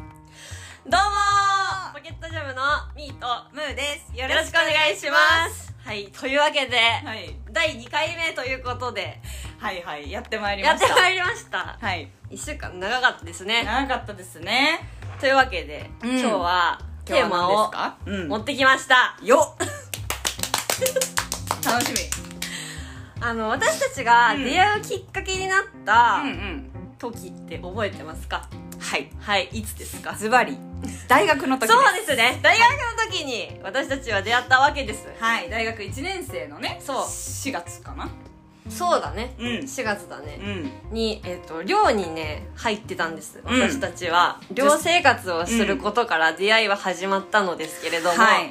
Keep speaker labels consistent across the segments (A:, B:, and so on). A: どうもポケットジャムのミーと
B: ムーです。よ
A: よろしくお願いしますはいというわけで、
B: はい、
A: 第2回目ということで
B: はいはいやってまいり
A: や
B: ま
A: っ
B: してた。
A: まいりました
B: はい。
A: 1週間長かったですね
B: 長かったですね。
A: というわけで、
B: うん
A: 今日はテーマを
B: 今日は何ですか？うん。
A: 持ってきましたよっ
B: 楽し
A: あの私たちが
B: うん
A: 出会うきっかけになっ
B: み。
A: た
B: ん
A: 時って覚えてますか、
B: はい。
A: はいいつですか
B: ズバリ大学の時
A: そうですね大学の時に私たちは出会ったわけです
B: はい。大学一年生のね。
A: そう
B: 4月かな。
A: そうだね
B: うん。
A: 4月だね
B: うん。
A: に、えっと寮にね入ってたんです
B: うん
A: 私たちは、寮生活をすることから出会いは始まったのですけれども、
B: はい。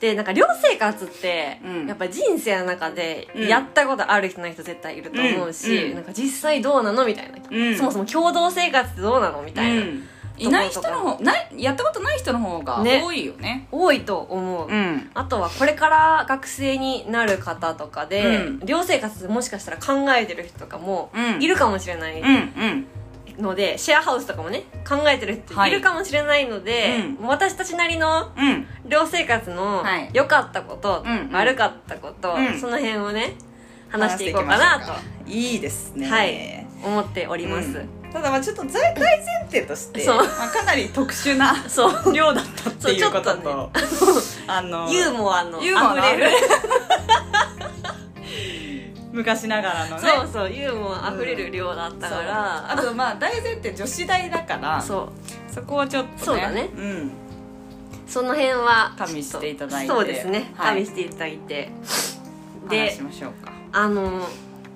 A: でなんか寮生活って、
B: うん
A: やっぱ人生の中で
B: うん
A: やったことある人ない人絶対いると思うし、
B: うんうん
A: なんか実際どうなのみたいな、
B: うん
A: そもそも共同生活ってどうなのみたいな、
B: うんいない人の方ないやったことない人の方が
A: ね
B: 多いよね。
A: 多いと思う、
B: ん。
A: あとはこれから学生になる方とかで、
B: うん
A: 寮生活もしかしたら考えてる人とかも
B: うん
A: いるかもしれない
B: うんうん。
A: ので、シェアハウスとかもね考えてる人
B: はい
A: いるかもしれないので、
B: うん
A: 私たちなりの
B: うん。
A: 寮生活の
B: はい
A: 良かったこと、
B: うんうん
A: 悪かったこと、
B: うん
A: その辺をね話していこうかなと
B: いいですね。
A: はい思っております、
B: うんただまあちょっと在大前提として
A: そう
B: まあ、かなり特 殊な
A: そう
B: 量だったっていうこと
A: そうちょ
B: と あの
A: ユーモアの
B: ユーモア
A: あ
B: の
A: ふれる
B: 昔ながらのね
A: そうそうユーモアあふれる量だった
B: そう
A: から、
B: あとまあ大前提女子大だからそ
A: そう
B: こをちょっとね
A: そうだね
B: うん、
A: その辺は
B: 加味していただいて
A: そうですね、
B: はい
A: 加味していただいて
B: 話
A: で
B: しましょうか
A: あの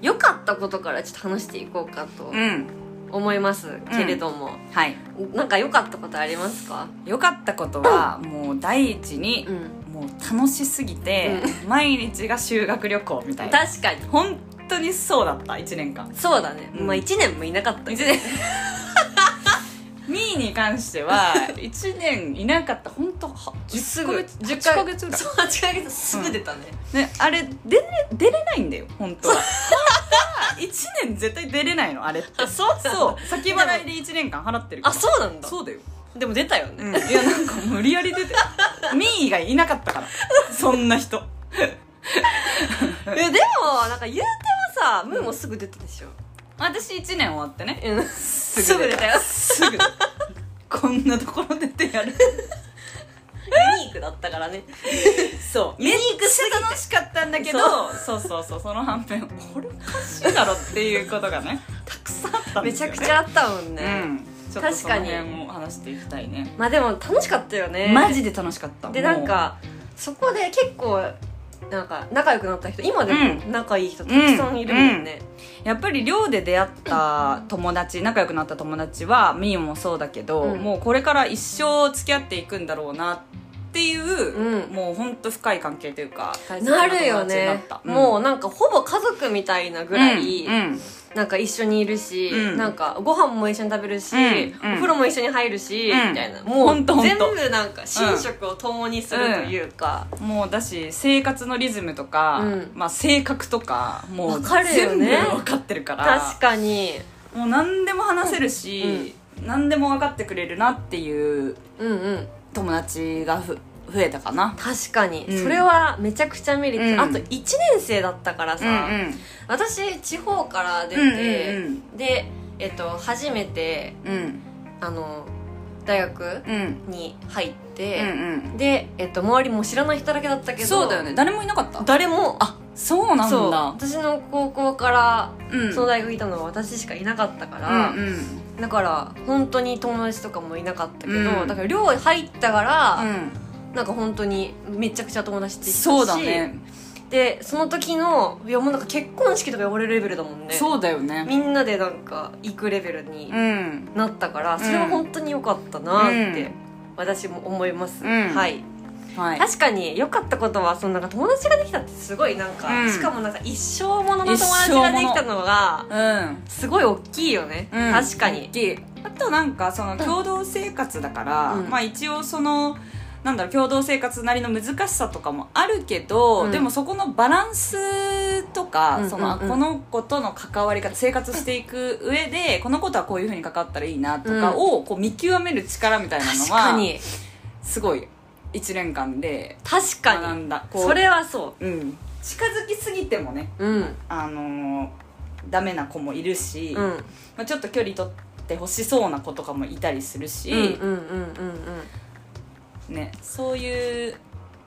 A: 良かったことからちょっと話していこうかと
B: うん
A: 思いますけれども、
B: はい
A: なんか良かったことありますか
B: 良かったことはもう第一に
A: う、ん
B: もう楽しすぎて、毎日が修学旅行みたいな
A: 確かに
B: 本当にそうだった1年間
A: そうだね、
B: うん
A: まあ1年もいなかった
B: 一年ミーに関して は1年いなかった本当10ヶ月
A: 10
B: 10ヶ月ぐらい
A: そう8ヶ月すぐ出たね、
B: ねあれ出れ出れないんだよ本 当は本当は1年絶対出れないのあれって
A: あそうなんだ
B: そう先払いで1年間払ってるか
A: あ
B: ら
A: そうなんだ
B: そうだよ、
A: でも出たよね、
B: うん、いやなんか無理やり出 てミーがいなかったからそんな人
A: えでもなんか言うてもさムーもすぐ出たでしょ、
B: 私1年終わってね
A: うん、すぐ出たよ
B: す ぐ出たこんなところ出てやる
A: ユニークだったからね
B: そう
A: ユニーク
B: めっちゃ楽しかったんだけどそうそうそうその反面これおかしいだろっていうことが ねたくさんあったんで
A: め
B: す
A: ち
B: よ、
A: ゃ
B: ね、
A: くちゃあったもんね、
B: うんちょっと
A: 確
B: そ
A: か
B: の
A: に
B: 辺も話していきたいね
A: まあでも楽しかったよね
B: マジで楽しかった
A: で
B: もう
A: なんかそこで結構なんか仲良くなった人今でも仲いい人たくさんいるもんね、
B: やっぱり寮で出会った友達仲良くなった友達はみーもそうだけど、
A: うん
B: もうこれから一生付き合っていくんだろうなっていう、
A: うん
B: もうほんと深い関係というか大切な
A: な
B: 友
A: るよ
B: 達にな
A: ね
B: った、
A: もう
B: う
A: なんかほぼ家族みたいなぐらい、
B: うんうん
A: なんか一緒にいるし、
B: うん
A: なんかご飯も一緒に食べるし、
B: うん
A: お
B: うん
A: 風呂も一緒に入るし、
B: うん
A: みたいなも
B: ほんと
A: う
B: ほん
A: 全
B: と
A: 部なんか寝食を共にするというか、
B: もうだし生活のリズムとか、
A: うん
B: まあ、性格とかも
A: わ
B: う
A: かるよ
B: 全部
A: ね
B: 分かってるから
A: 確かに、
B: もう何でも話せるし、何でも分かってくれるなっていう
A: うんうん
B: 友達がふ増えたかな。
A: 確かに、
B: うん
A: それはめちゃくちゃメリット、
B: うん
A: あと1年生だったからさ、私地方から出て、
B: うん
A: で、えっと、初めて
B: うんうん
A: あの大学
B: うんうん
A: に入っ
B: うん
A: て、
B: うん
A: で、えっと、周りも知らない人だけだったけど
B: そうだよね誰もいなかった
A: 誰もあ
B: そうなん
A: そう
B: だ
A: 私の高校から
B: うん
A: その大学にいたのは私しかいなかったか
B: う
A: ら、
B: んうん
A: だから本当に友達とかもいなかったけど、
B: うん
A: だから寮入ったから、
B: うん
A: なんか本当にめちゃくちゃ友達ってきたし
B: そうだね
A: でその時のいやもうなんか結婚式とか呼ばれるレベルだもんね
B: そうだよね
A: みんなでなんか行くレベルに
B: うん
A: なったから、それは本当に良かったなって、
B: うん
A: 私も思います、
B: うん
A: はい
B: はい
A: 確かに良かったことはそのなんか友達ができたってすごいなんか、
B: うん
A: しかもなんか一生ものの友達ができたのが
B: うん
A: すごい大きいよね、
B: うん
A: 確かに
B: 大きいあとなんかその共同生活だから、
A: うん
B: まあ一応そのなんだろう共同生活なりの難しさとかもあるけど、
A: うん
B: でもそこのバランスとか、
A: うん
B: そのあ
A: うんうん
B: この子との関わり方生活していく上で、この子とはこういうふうに関わったらいいなとかを、こう見極める力みたいなの
A: 確
B: は
A: かに
B: すごい1年間で
A: 確
B: 学
A: かに
B: んだこう
A: それはそ
B: うん、近づきすぎてもね、
A: ううん
B: あのーダメな子もいるし、
A: うん
B: まあ、ちょっと距離取ってほしそうな子とかもいたりするし、
A: うんうんうんうん
B: ね、そういう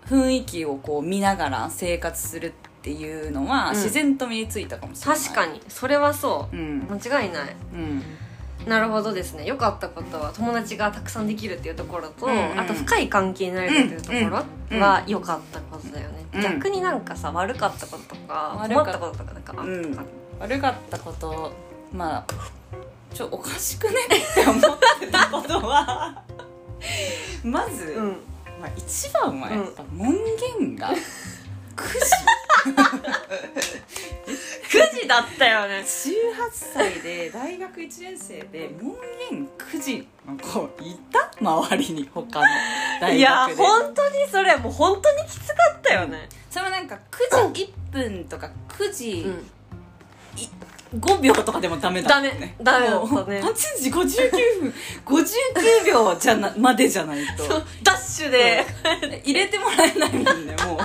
B: 雰囲気をこう見ながら生活するっていうのは
A: うん
B: 自然と身についたかもしれない、
A: 確かにそれはそ
B: うん
A: う間違いない
B: うん
A: なるほどですね良かったことは友達がたくさんできるっていうところと、
B: うんうん
A: あと深い関係になれるっていうところは良かったことだよね、
B: うん
A: 逆になんかさ悪かったこととか
B: 悪
A: 困
B: かっ
A: ったこととかなんかあったか、
B: うん悪かったことまあちょおかしくねって思ってたこと はまず、
A: うん
B: まあ、一番はやっぱ門限 が9
A: 9時だったよね
B: 時18歳で大学1年生で門限9時の子いた周りに他の大学で
A: いや本当にそれもう本当にきつかったよね
B: それはなんか9時1分とか9時
A: うん
B: 5秒とかでもダメだ
A: ダ
B: った
A: メダメだったね
B: もう8時59分59秒じゃなまでじゃないと
A: そうダッシュで、
B: 入れてもらえないもんね もうお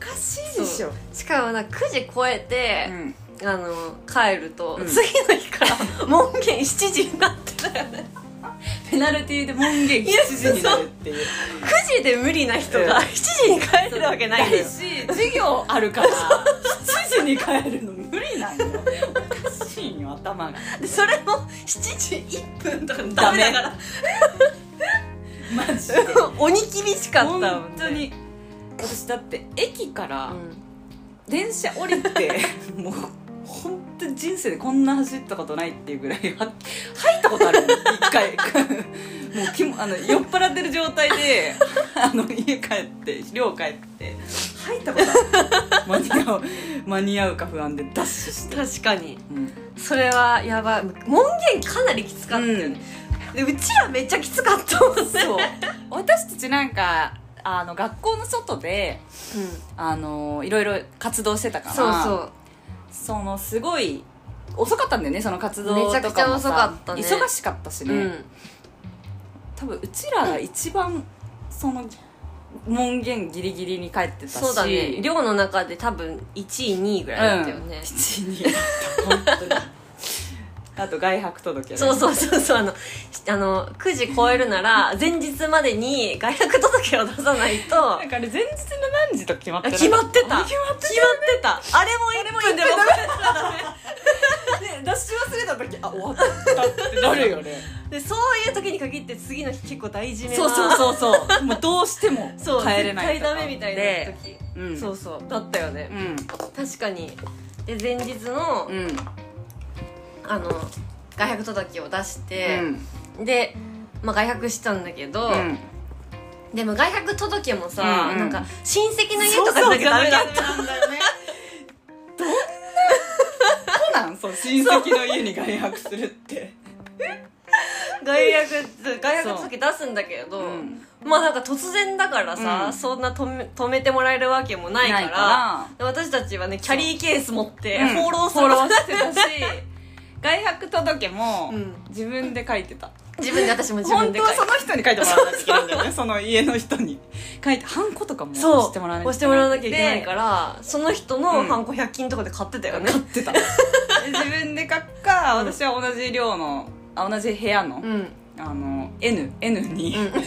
B: かしいでしょ
A: しかもなんか9時超えて、
B: うん
A: あの帰ると、
B: うん
A: 次の日 から門限7時になってたよね
B: ペナルティーで門限7時になるっていう
A: 9時で無理な人
B: うん
A: が7時に帰るわけないんだよ
B: し授業あるから7時に帰るの無理なんよおかしいよ頭が
A: でそれも7時1分とかダメだから
B: マジで
A: 鬼厳しかったもん、ね、
B: 本当に私だって駅から
A: う
B: 電車降りて、 もう本当に人生でこんな走ったことないっていうぐらいは入ったことあるもん一回 もうきもあの酔っ払ってる状態で あの家帰って寮帰って入ったこと ある間に合う間に合うか不安でダッシュして
A: ん、確かに
B: うん
A: それはやばい門限かなりきつかったよね、うでうちらめっちゃきつかったもんね
B: そう私たちなんかあの学校の外で
A: うん、
B: あのいろいろ活動してたから
A: そうそう
B: そのすごい遅かったんだよねその活動とかもさ
A: めちゃくちゃ遅かったね
B: 忙しかったしね、多分うちらが一番その門限ギリギリに帰ってたし
A: そうだね寮の中で多分1位2位ぐらいだったよね、
B: 7人だっ た本当にあと外泊届け
A: そうそうそうそうあのしあの9時超えるな ら前日までに外泊届を出さないと
B: なんかあれ前日の何時と決まってなか
A: 決まって
B: あ
A: た
B: 決まってた
A: 決まってたあれも1分でも
B: ね出し忘れた時あ終わったってなるよね
A: でそういう時に限って次の日結構大事めな
B: そうそうそうそうもうどうしても
A: そう
B: 帰れない
A: 絶対ダメみたいな
B: で
A: 時、
B: うん
A: そうそうだったよね、
B: うん
A: 確かにで前日の、
B: うん
A: あの外泊届を出し
B: う
A: て、
B: ん
A: で、まあ、外泊したんだけど、
B: うん
A: でも外泊届もさ、
B: うんうん
A: なんか親戚の家とかじゃなきゃダメだった
B: んだよねどんな子なんそう親戚の家に外泊するって
A: 外泊外泊届出すんだけど、
B: うん
A: まあなんか突然だからさ、
B: うん
A: そんな止め止めてもらえるわけもないから
B: ないから
A: で私たちはねキャリーケース持って
B: うん
A: 放浪す
B: フォ
A: る、
B: ローしてたし外泊届も
A: うん
B: 自分で書いてた、
A: 自分で私も自分
B: 本
A: で
B: 当はその人に書いてもらわなきゃいけないんだよねその家の人に書いてハンコとかも
A: そう
B: 押してもらわなきゃ
A: 押してもらわなきゃいけない
B: で
A: からその人のハンコ100均とかで買ってたよね
B: 買ってたで 自分で書くか
A: うん
B: 私は同じ寮のあ同じ部屋の,、
A: うん、
B: あの N, N に、
A: うん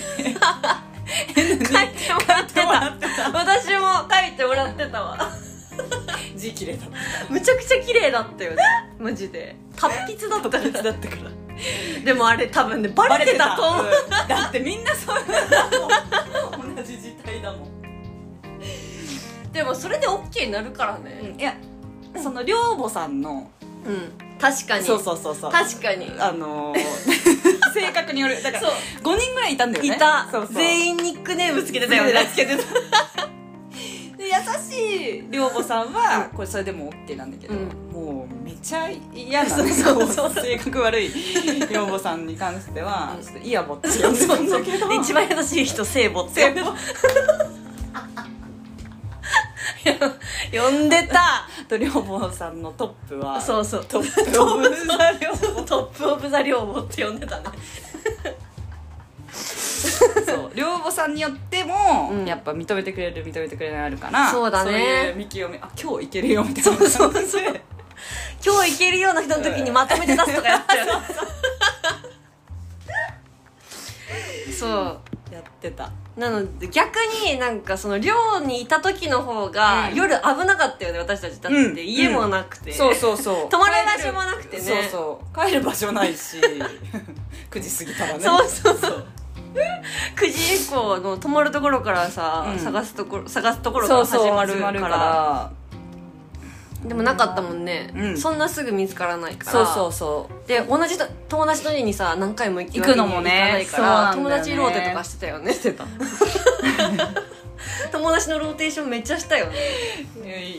B: N に
A: 書いてもらって
B: もら
A: た
B: って
A: 私も書いてもらってたわ
B: 字切れた
A: むちゃくちゃ綺麗だったよねマジで達筆だった
B: だったから
A: でもあれ多分ねバレてたと思う
B: だってみんなそういうの同じ事態だもん、
A: でもそれで OK になるからね
B: いやその寮母さんの
A: うん、確かに
B: そうそうそうそう
A: 確かに
B: あ のー、性格によるだから
A: そう
B: 5人ぐらいいたんだよ
A: い
B: ね
A: た
B: そうそう
A: 全員ニックネームつけてたよね
B: つけてたで優しいで寮母さんはこれそれでも OK なんだけど、
A: うん
B: もうめちゃ嫌 な
A: そうそうそう
B: こう性格悪い寮母さんに関しては
A: うん
B: ちょっとイヤボって
A: そ
B: 呼
A: うん
B: で
A: そ
B: る
A: うんそ
B: だ
A: う
B: けど
A: で一番優しい人聖母って
B: 聖母
A: 呼んでた
B: と寮母さんのトップは
A: そうそう
B: トップオブザ寮母
A: トップオブザ寮母って呼んでたね
B: そう寮母さんによっても、
A: うん
B: やっぱ認めてくれる認めてくれないあるから
A: そうだね
B: いう見極めあ今日いけるよみたいなそうそうそう
A: 今日行けるような人の時にまとめて出すとかやってるそう
B: やってた
A: なので逆になんかその寮にいた時の方が
B: うん
A: 夜危なかったよね私たちだって、
B: うん
A: 家もなくて、
B: そうそうそう
A: 泊まる場所もなくてね
B: そうそう帰る場所ないし 9時過ぎたらね
A: そうそう
B: そう
A: 9時以降の泊まるところからさ、
B: うん
A: 探すところ探すところか
B: そ
A: ら
B: う
A: 始
B: そう始ま
A: ま
B: る
A: るか
B: か
A: ららでもなかったもんね、
B: うん
A: そんなすぐ見つからないから
B: そうそうそう
A: で同じと友達の家にさ何回も行く
B: 行くのもね
A: 行かないから
B: そうなん
A: 友
B: だよね
A: 達ローテとかしてたよね してた友達のローテーションめっちゃしたよね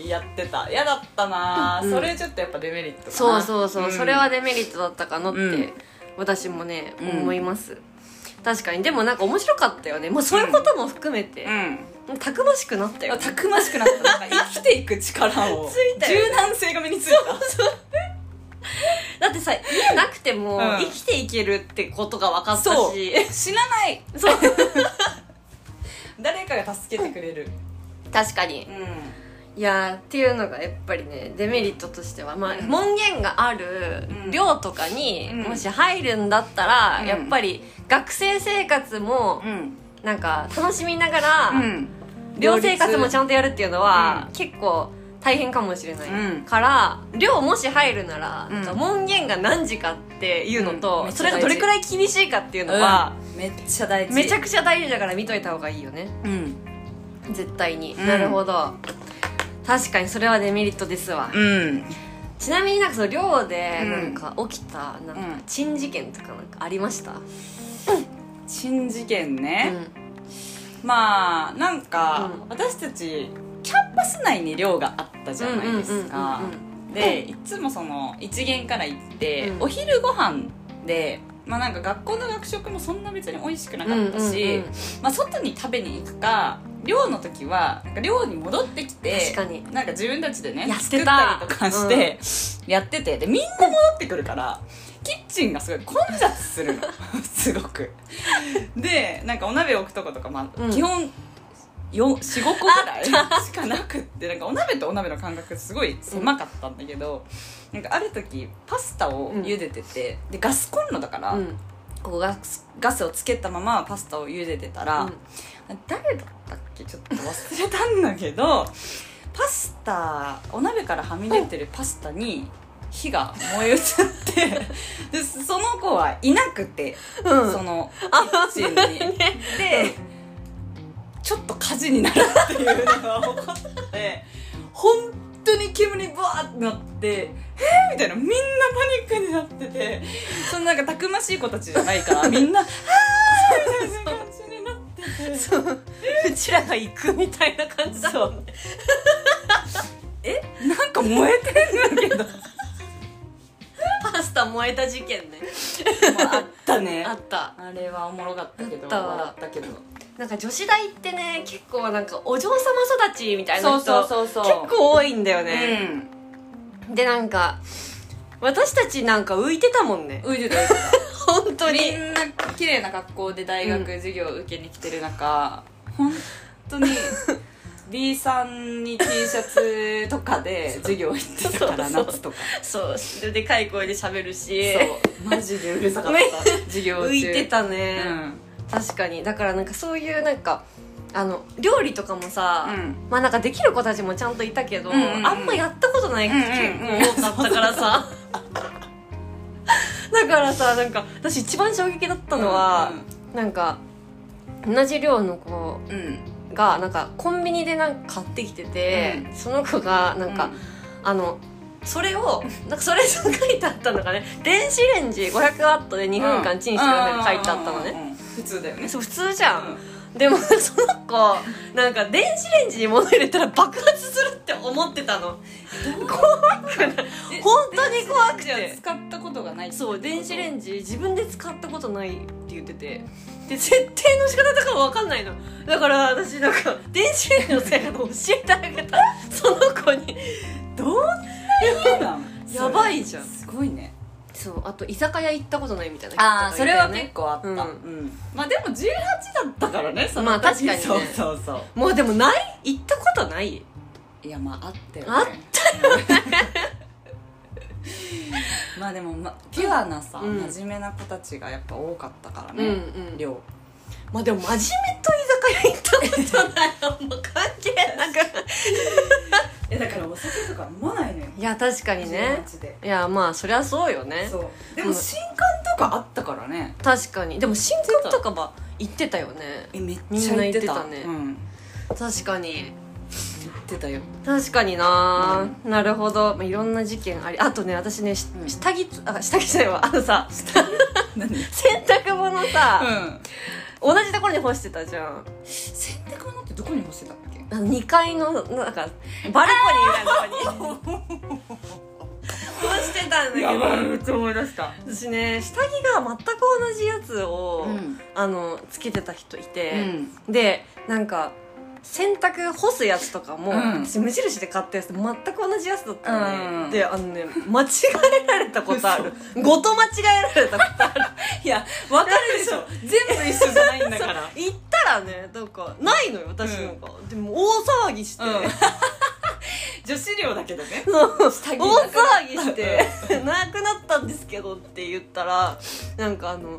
B: やってた嫌だったな、
A: うん
B: それちょっとやっぱデメリットかな
A: そうそうそう、
B: ん
A: それはデメリットだったかなって、
B: うん
A: 私もね、
B: うん
A: 思います確かにでもなんか面白かったよね、まあ、そういうことも含めて
B: う、ん
A: たくましくなったよ
B: たくましくなったなんか生きていく 力を
A: ついたよね
B: 柔軟性が身についた
A: だってさ家なくても
B: うん
A: 生きていけるってことが分かったし、
B: そう死なないそう 誰かが助けてくれる
A: 確かに
B: う
A: いやーっていうのがやっぱりねデメリットとしては、まあ、
B: うん
A: 門限がある
B: うん
A: 寮とかに
B: うん
A: もし入るんだったら、
B: うん
A: やっぱり学生生活も
B: ん
A: なんか楽しみながら、
B: うん
A: 寮生活もち
B: ゃん
A: ゃんとやるっていうのは、
B: うん
A: 結構大変かもしれない、
B: うん
A: から寮もし入るなら、
B: うん
A: なんか門限が何時かっていうのと、
B: うん
A: それがどれくらい厳しいかっていうのは、
B: めっちゃ大事
A: めちゃくちゃ大事だから見といた方がいいよね
B: うん
A: 絶対に、
B: うん
A: なるほど確かにそれはデメリットですわ、
B: うん
A: ちなみになんかその寮で
B: うん
A: なんか起きたなんか
B: うん
A: 珍事件とかなんかありました、うん
B: 珍事件ね、まあなんか、私たちキャンパス内に寮があったじゃないですか
A: うんうんうんうん
B: でいつもその一限から行って、
A: うん
B: お昼ご飯でまあなんか学校の学食もそんな別に美味しくなかったし、
A: うんうんうん
B: まあ、外に食べに行くか寮の時はなんか寮に戻ってきて
A: 確かに
B: なんか自分たちでね
A: やって
B: 作ったたりとかして、やっててでみんな戻ってくるからキッチンがすごい混雑するの すごくでなんかお鍋置くとことか、まあ
A: うん
B: 基本45個ぐらいしかなくってなんかお鍋とお鍋の感覚すごい狭かったんだけど、なんかある時パスタを茹でてて、でガスコンロだから、
A: うん
B: こうガスガスをつけたままパスタを茹でてたら、誰だったっけちょっと忘れたんだけ どパスタお鍋からはみ出てるパスタに火が燃え移ってでその子はいなくて、
A: うん
B: そのキッチンに。でちょっと火事になるっていうのが起こって本当に煙ブワーってなってえー、みたいなみんなパニックになっててそのなんかたくましい子たちじゃないからみ んな「あー」みたいな感じになってて。
A: そう うちらが行くみたいな感じだもんね
B: なんか燃えてるんだけど
A: パスタ燃えた事件ね
B: あったね
A: あ
B: あ
A: った
B: れはおもろかったけど
A: あったわ
B: 笑ったけど
A: なんか女子大ってね結構なんかお嬢様育ちみたいな人
B: そうそ
A: 結構多いんだよね、
B: ね
A: でなんか私たちなんか浮いてたもんね
B: うんうじだ
A: 本当
B: み
A: に
B: んな綺麗な格好で大学授業を受けに来てる中、本 当に B さんに T シャツとかで授業行ってたから
A: そうそう
B: 夏とか
A: そうそれでかい声で喋るし
B: そうマジでうるさかった
A: め
B: 授業中
A: 浮いてた
B: う
A: ね、
B: ん
A: 確かにだからなんかそういうなんかあの料理とかもさ、
B: うん
A: まあなんかできる子たちもちゃんといたけど、
B: うんうんうん
A: あんまやったことない子
B: うん
A: 結
B: うんうん
A: 構多かったからさ、 だからさなんか私一番衝撃だったのは、なんか同じ量の子
B: うんうん
A: がなんかコンビニでなんか買ってきてて、
B: う
A: その子がなんか、あのそれをなんかそれに書いてあったのがね電子レンジ500ワットで2分間チンしてくださいって書いてあったのね、
B: うんうんうんうん普通だよね
A: そう普通じゃん、でも その子なんか電子レンジに物入れたら爆発するって思ってたの怖くない本当に怖く
B: じゃあ
A: て
B: 使ったことがない
A: そう電子レ
B: ジ
A: ンジ自分で使ったことないって言っててで設定の仕方とかも分かんないのだから私なんか電子レンジの使い方教えてあげたその子にどうやばいじゃん
B: すごいね
A: そうあと居酒屋行ったことないみたいな
B: ああそれは
A: ね
B: 結構あった、
A: うん
B: まあでも18だったからねその
A: まあ確かにね
B: そうそうそう
A: もうでもない行ったことない
B: いやまああったよ、ね、
A: あった
B: よ、ね、 まあでも、ま、ピュアなさ、
A: うん
B: 真面目な子たちがやっぱ多かったから
A: うんう
B: ね、
A: ん
B: 量
A: まあでも真面目と居酒屋行ったことないのもう関係なく
B: えだからお酒とか飲まないのよ
A: いや確かにね
B: で
A: いやまあそりゃそうよね
B: そうで
A: も
B: も新刊とかあったからね
A: 確かにでも新婚とかは行ってたよね
B: えめっ
A: み
B: ち
A: ん
B: ゃ
A: な
B: 言
A: 言
B: っ
A: って
B: て
A: た
B: た
A: ね
B: うん、
A: 確かに
B: 言ってたよ
A: 確かにな、なるほど、まあ、いろんな事件ありあとね私ねし
B: うん
A: 下着つあ下着じゃないわあのさ
B: 何 うん
A: 洗濯物さ、同じところに干してたじゃん
B: 洗濯物ってどこに干してたっ け
A: あの2階のなんかバルコニーみたいなとこに干してたんだけど
B: めっちゃ思い出した
A: 私ね下着が全く同じやつを、
B: うん
A: あのつけてた人いうて、
B: ん
A: でなんか洗濯干すやつとかも、
B: うん
A: 私無印で買ったやつと全く同じやつだったのね、
B: うん
A: であのね間違えられたことあるごと間違えられたことある
B: いやわかるでしょ全部一緒じゃないんだから
A: 行ったらねなんかないのよ私なんか、でも大騒ぎして、
B: うん女子寮だけどね
A: そう
B: 下
A: 大
B: 着なくなった
A: 騒ぎして 「なくなったんですけど」って言ったらなんかあの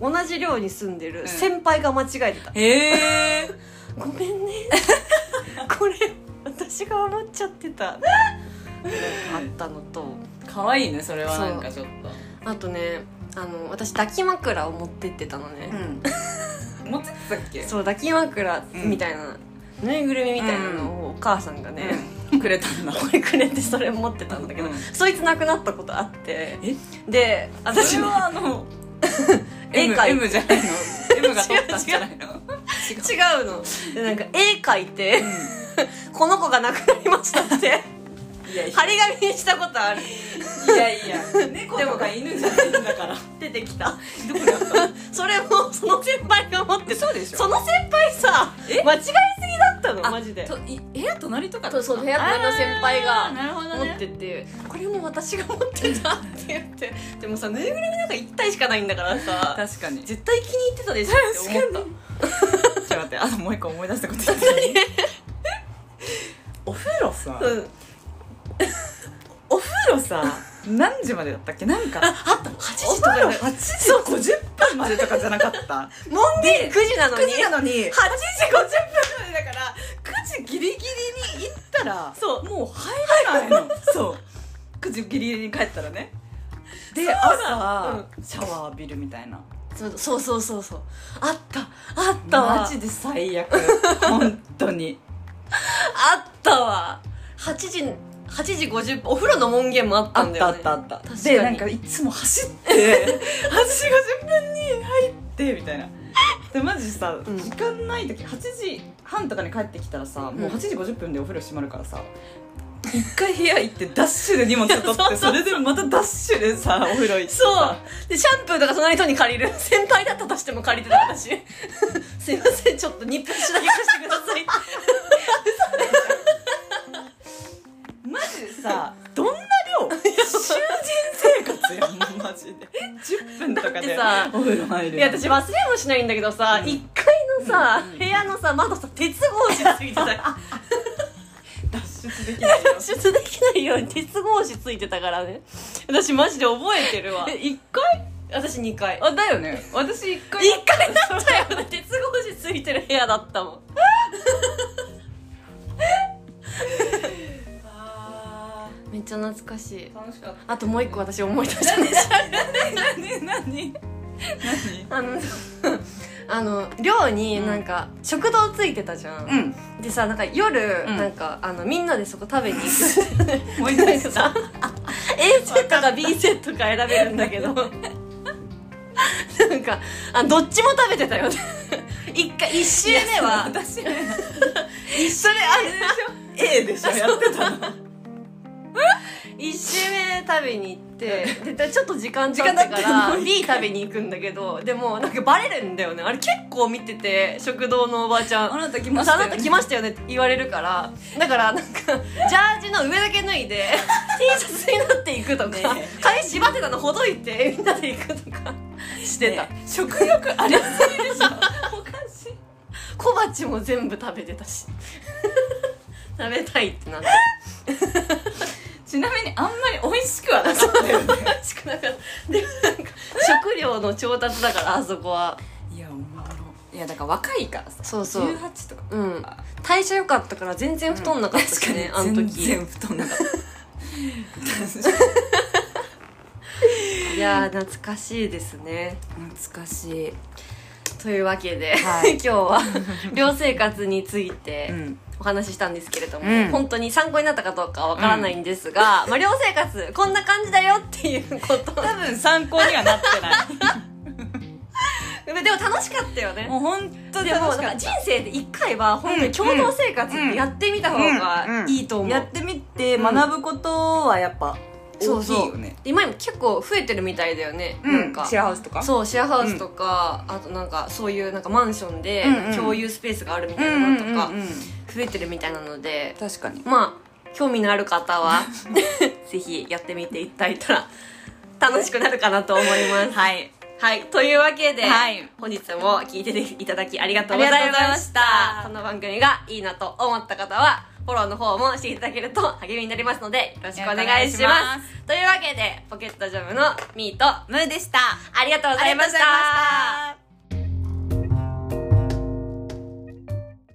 A: 同じ寮に住んでる先輩が間違えてた
B: へえ
A: 「ごめんねこれ私が思っちゃってた」あったのと
B: 可愛いねそれはなんかちょっと
A: あとねあの私抱き枕を持ってってたのね、
B: うん持ってたっけ
A: そう抱き枕みたいな、ぬいぐるみみたいなのをお母さんがね、
B: うんくれたんだ
A: これくれてそれ持ってたんだけど、
B: うん
A: そいつ亡くなったことあって
B: え
A: で私
B: それ
A: ね
B: はあの
A: 絵
B: M,
A: 描い
B: M じゃないの M が取ったんじゃないの
A: 違うのでなんか絵描いて「 この子が亡くなりました」って
B: いやい
A: 張り紙にしたことある
B: やいや猫とか犬じゃないんだ から
A: 出てきた
B: どこ だった
A: それもその先輩が持ってた
B: そうでしょ
A: その先輩さ
B: え
A: 間違いすぎだったの
B: あ
A: マジで
B: とい部屋隣とかだった
A: とそう部屋隣の先輩が
B: あーなるほど
A: 持っ
B: ね
A: てて「これも私が持ってた」って言ってでもさぬいぐるみなんか1体しかないんだからさ
B: 確かにちょ
A: 絶対気に入ってたでしょって 思った
B: っと待ってあともう一個思い出したこと言ってたお風呂さ
A: うん
B: お風呂さ何時までだったっけなんか
A: あった8
B: お
A: 時と
B: 風呂
A: か
B: 8時50分までとかじゃなか った
A: 門限9時なの
B: 9
A: に
B: 時なのに8時50分までだから9時ギリギリに行ったら
A: そう
B: もう入らないのそう9時ギリギリに帰ったらねで朝、シャワー浴びるみたいな
A: そうそうそうそうそうあったあったわ
B: マジで最悪本当に
A: あったわ8時8時50分お風呂の門限もあった
B: あ
A: ん
B: っ
A: だよ
B: たあ
A: ね
B: ったあった
A: 確かに
B: でなんかいつも走っ て8時50分に入ってみたいなでマジさ、
A: うん
B: 時間ない時8時半とかに帰ってきたらさもう8時50分でお風呂閉まるからさ一回部屋行ってダッシュで荷物を取ってそれでまたダッシュでさお風呂行って
A: そう
B: さ
A: でシャンプーとかその人に借りる 先輩だったとしても借りてた私 すいませんちょっと日分しだけ貸してくだ さい
B: マジでさどんな量囚人生活やんマジで10分とか
A: だって
B: で
A: さ
B: お風呂入る
A: いや私忘れもしないんだけどさ、
B: うん
A: 一1階のさ、部屋のさ窓さ鉄格子ついてたよ
B: 脱出できないよ
A: 脱出できないように鉄格子ついてたからね 私マジで覚えてるわ
B: え一回
A: 私2階
B: あだよね私一回
A: 一回だったよね 鉄格子ついてる部屋だったもん
B: あ
A: めっちゃ懐かしい
B: ー楽しかった
A: あともう一個私思い出したんです
B: 何何何
A: あのあの寮になんか食堂ついてたじゃん、
B: うん
A: でさなんか夜、
B: うん
A: なんかあのみんなでそこ食べに行く
B: 思い
A: な
B: 出
A: んか
B: した
A: さ A セットか B セットか選べるんだけどなんかあどっちも食べてたよね 1一回一周目は
B: 私
A: 一周目あれ
B: A でしょやってたの
A: 一周目食べに行 ってでちょっと時間経ってか
B: 時間経っ
A: ら
B: ても
A: B 食べに行くんだけどでもなんかバレるんだよねあれ結構見てて食堂のおばあちゃん
B: あなた来
A: ま
B: まし
A: た
B: た
A: あ
B: よ、ね、
A: なた来ましたよねって言われるからだからなんかジャージの上だけ脱いで T シャツになっていくとか、
B: ねえ
A: 髪縛ってたのほどいてみんなで行くとかしてた、
B: ね食欲ありすぎでしょおかしい
A: 小鉢も全部食べてたし 食べたいってなって
B: ちなみにあんまり美味しくはなかったよね
A: 楽しくなかったでもなんか食料の調達だからあそこはい
B: やおもろいやだから若いからさ
A: そうそう
B: 18とか
A: うん代謝良かったから全然太んなかったしね、あの時
B: 全然太んなかった
A: いやー懐かしいですね
B: 懐かしい
A: というわけで、
B: はい
A: 今日 は寮生活について、
B: うん
A: お話ししたんですけれども、
B: うん
A: 本当に参考になったかどうかはわからないんですが、まあ寮生活こんな感じだよっていうこと
B: 多分参考にはなってな
A: ででも楽しかったよ
B: い
A: ね
B: もう本当に
A: でもなん
B: 楽しか
A: か
B: っ
A: 人生で一回は本当に共同生活ってやってみた方
B: うんう
A: が
B: ん
A: いいと
B: た
A: 思う、
B: やってみて学ぶことはやっぱ
A: そ
B: 大
A: う
B: きい
A: そ
B: よ
A: う
B: ね
A: で今にも結構増えてるみたいだよね、なんか
B: シェアハウスとか
A: そうシェアハウスとか、あとなんかそういうなんかマンションで
B: うんうん
A: 共有スペースがあるみ
B: う
A: た
B: ん
A: いうなんのと
B: うん
A: か
B: うん
A: 増えてるみたいなので
B: 確かに
A: まあ興味のある方 はぜひやってみていただいたら楽しくなるかなと思います。
B: はい
A: はい、というわけで、
B: はい
A: 本日も聞いていただきありがとうございました
B: ありがと
A: こ
B: う
A: の番組がいいなと思った方はフォローの方もしていただけると励みになりますのでよろしくお願いします
B: よろしくお願いしま
A: というわけでポケットジャムのミート
B: ムーでした
A: ありがとうございました
B: ありがとうございました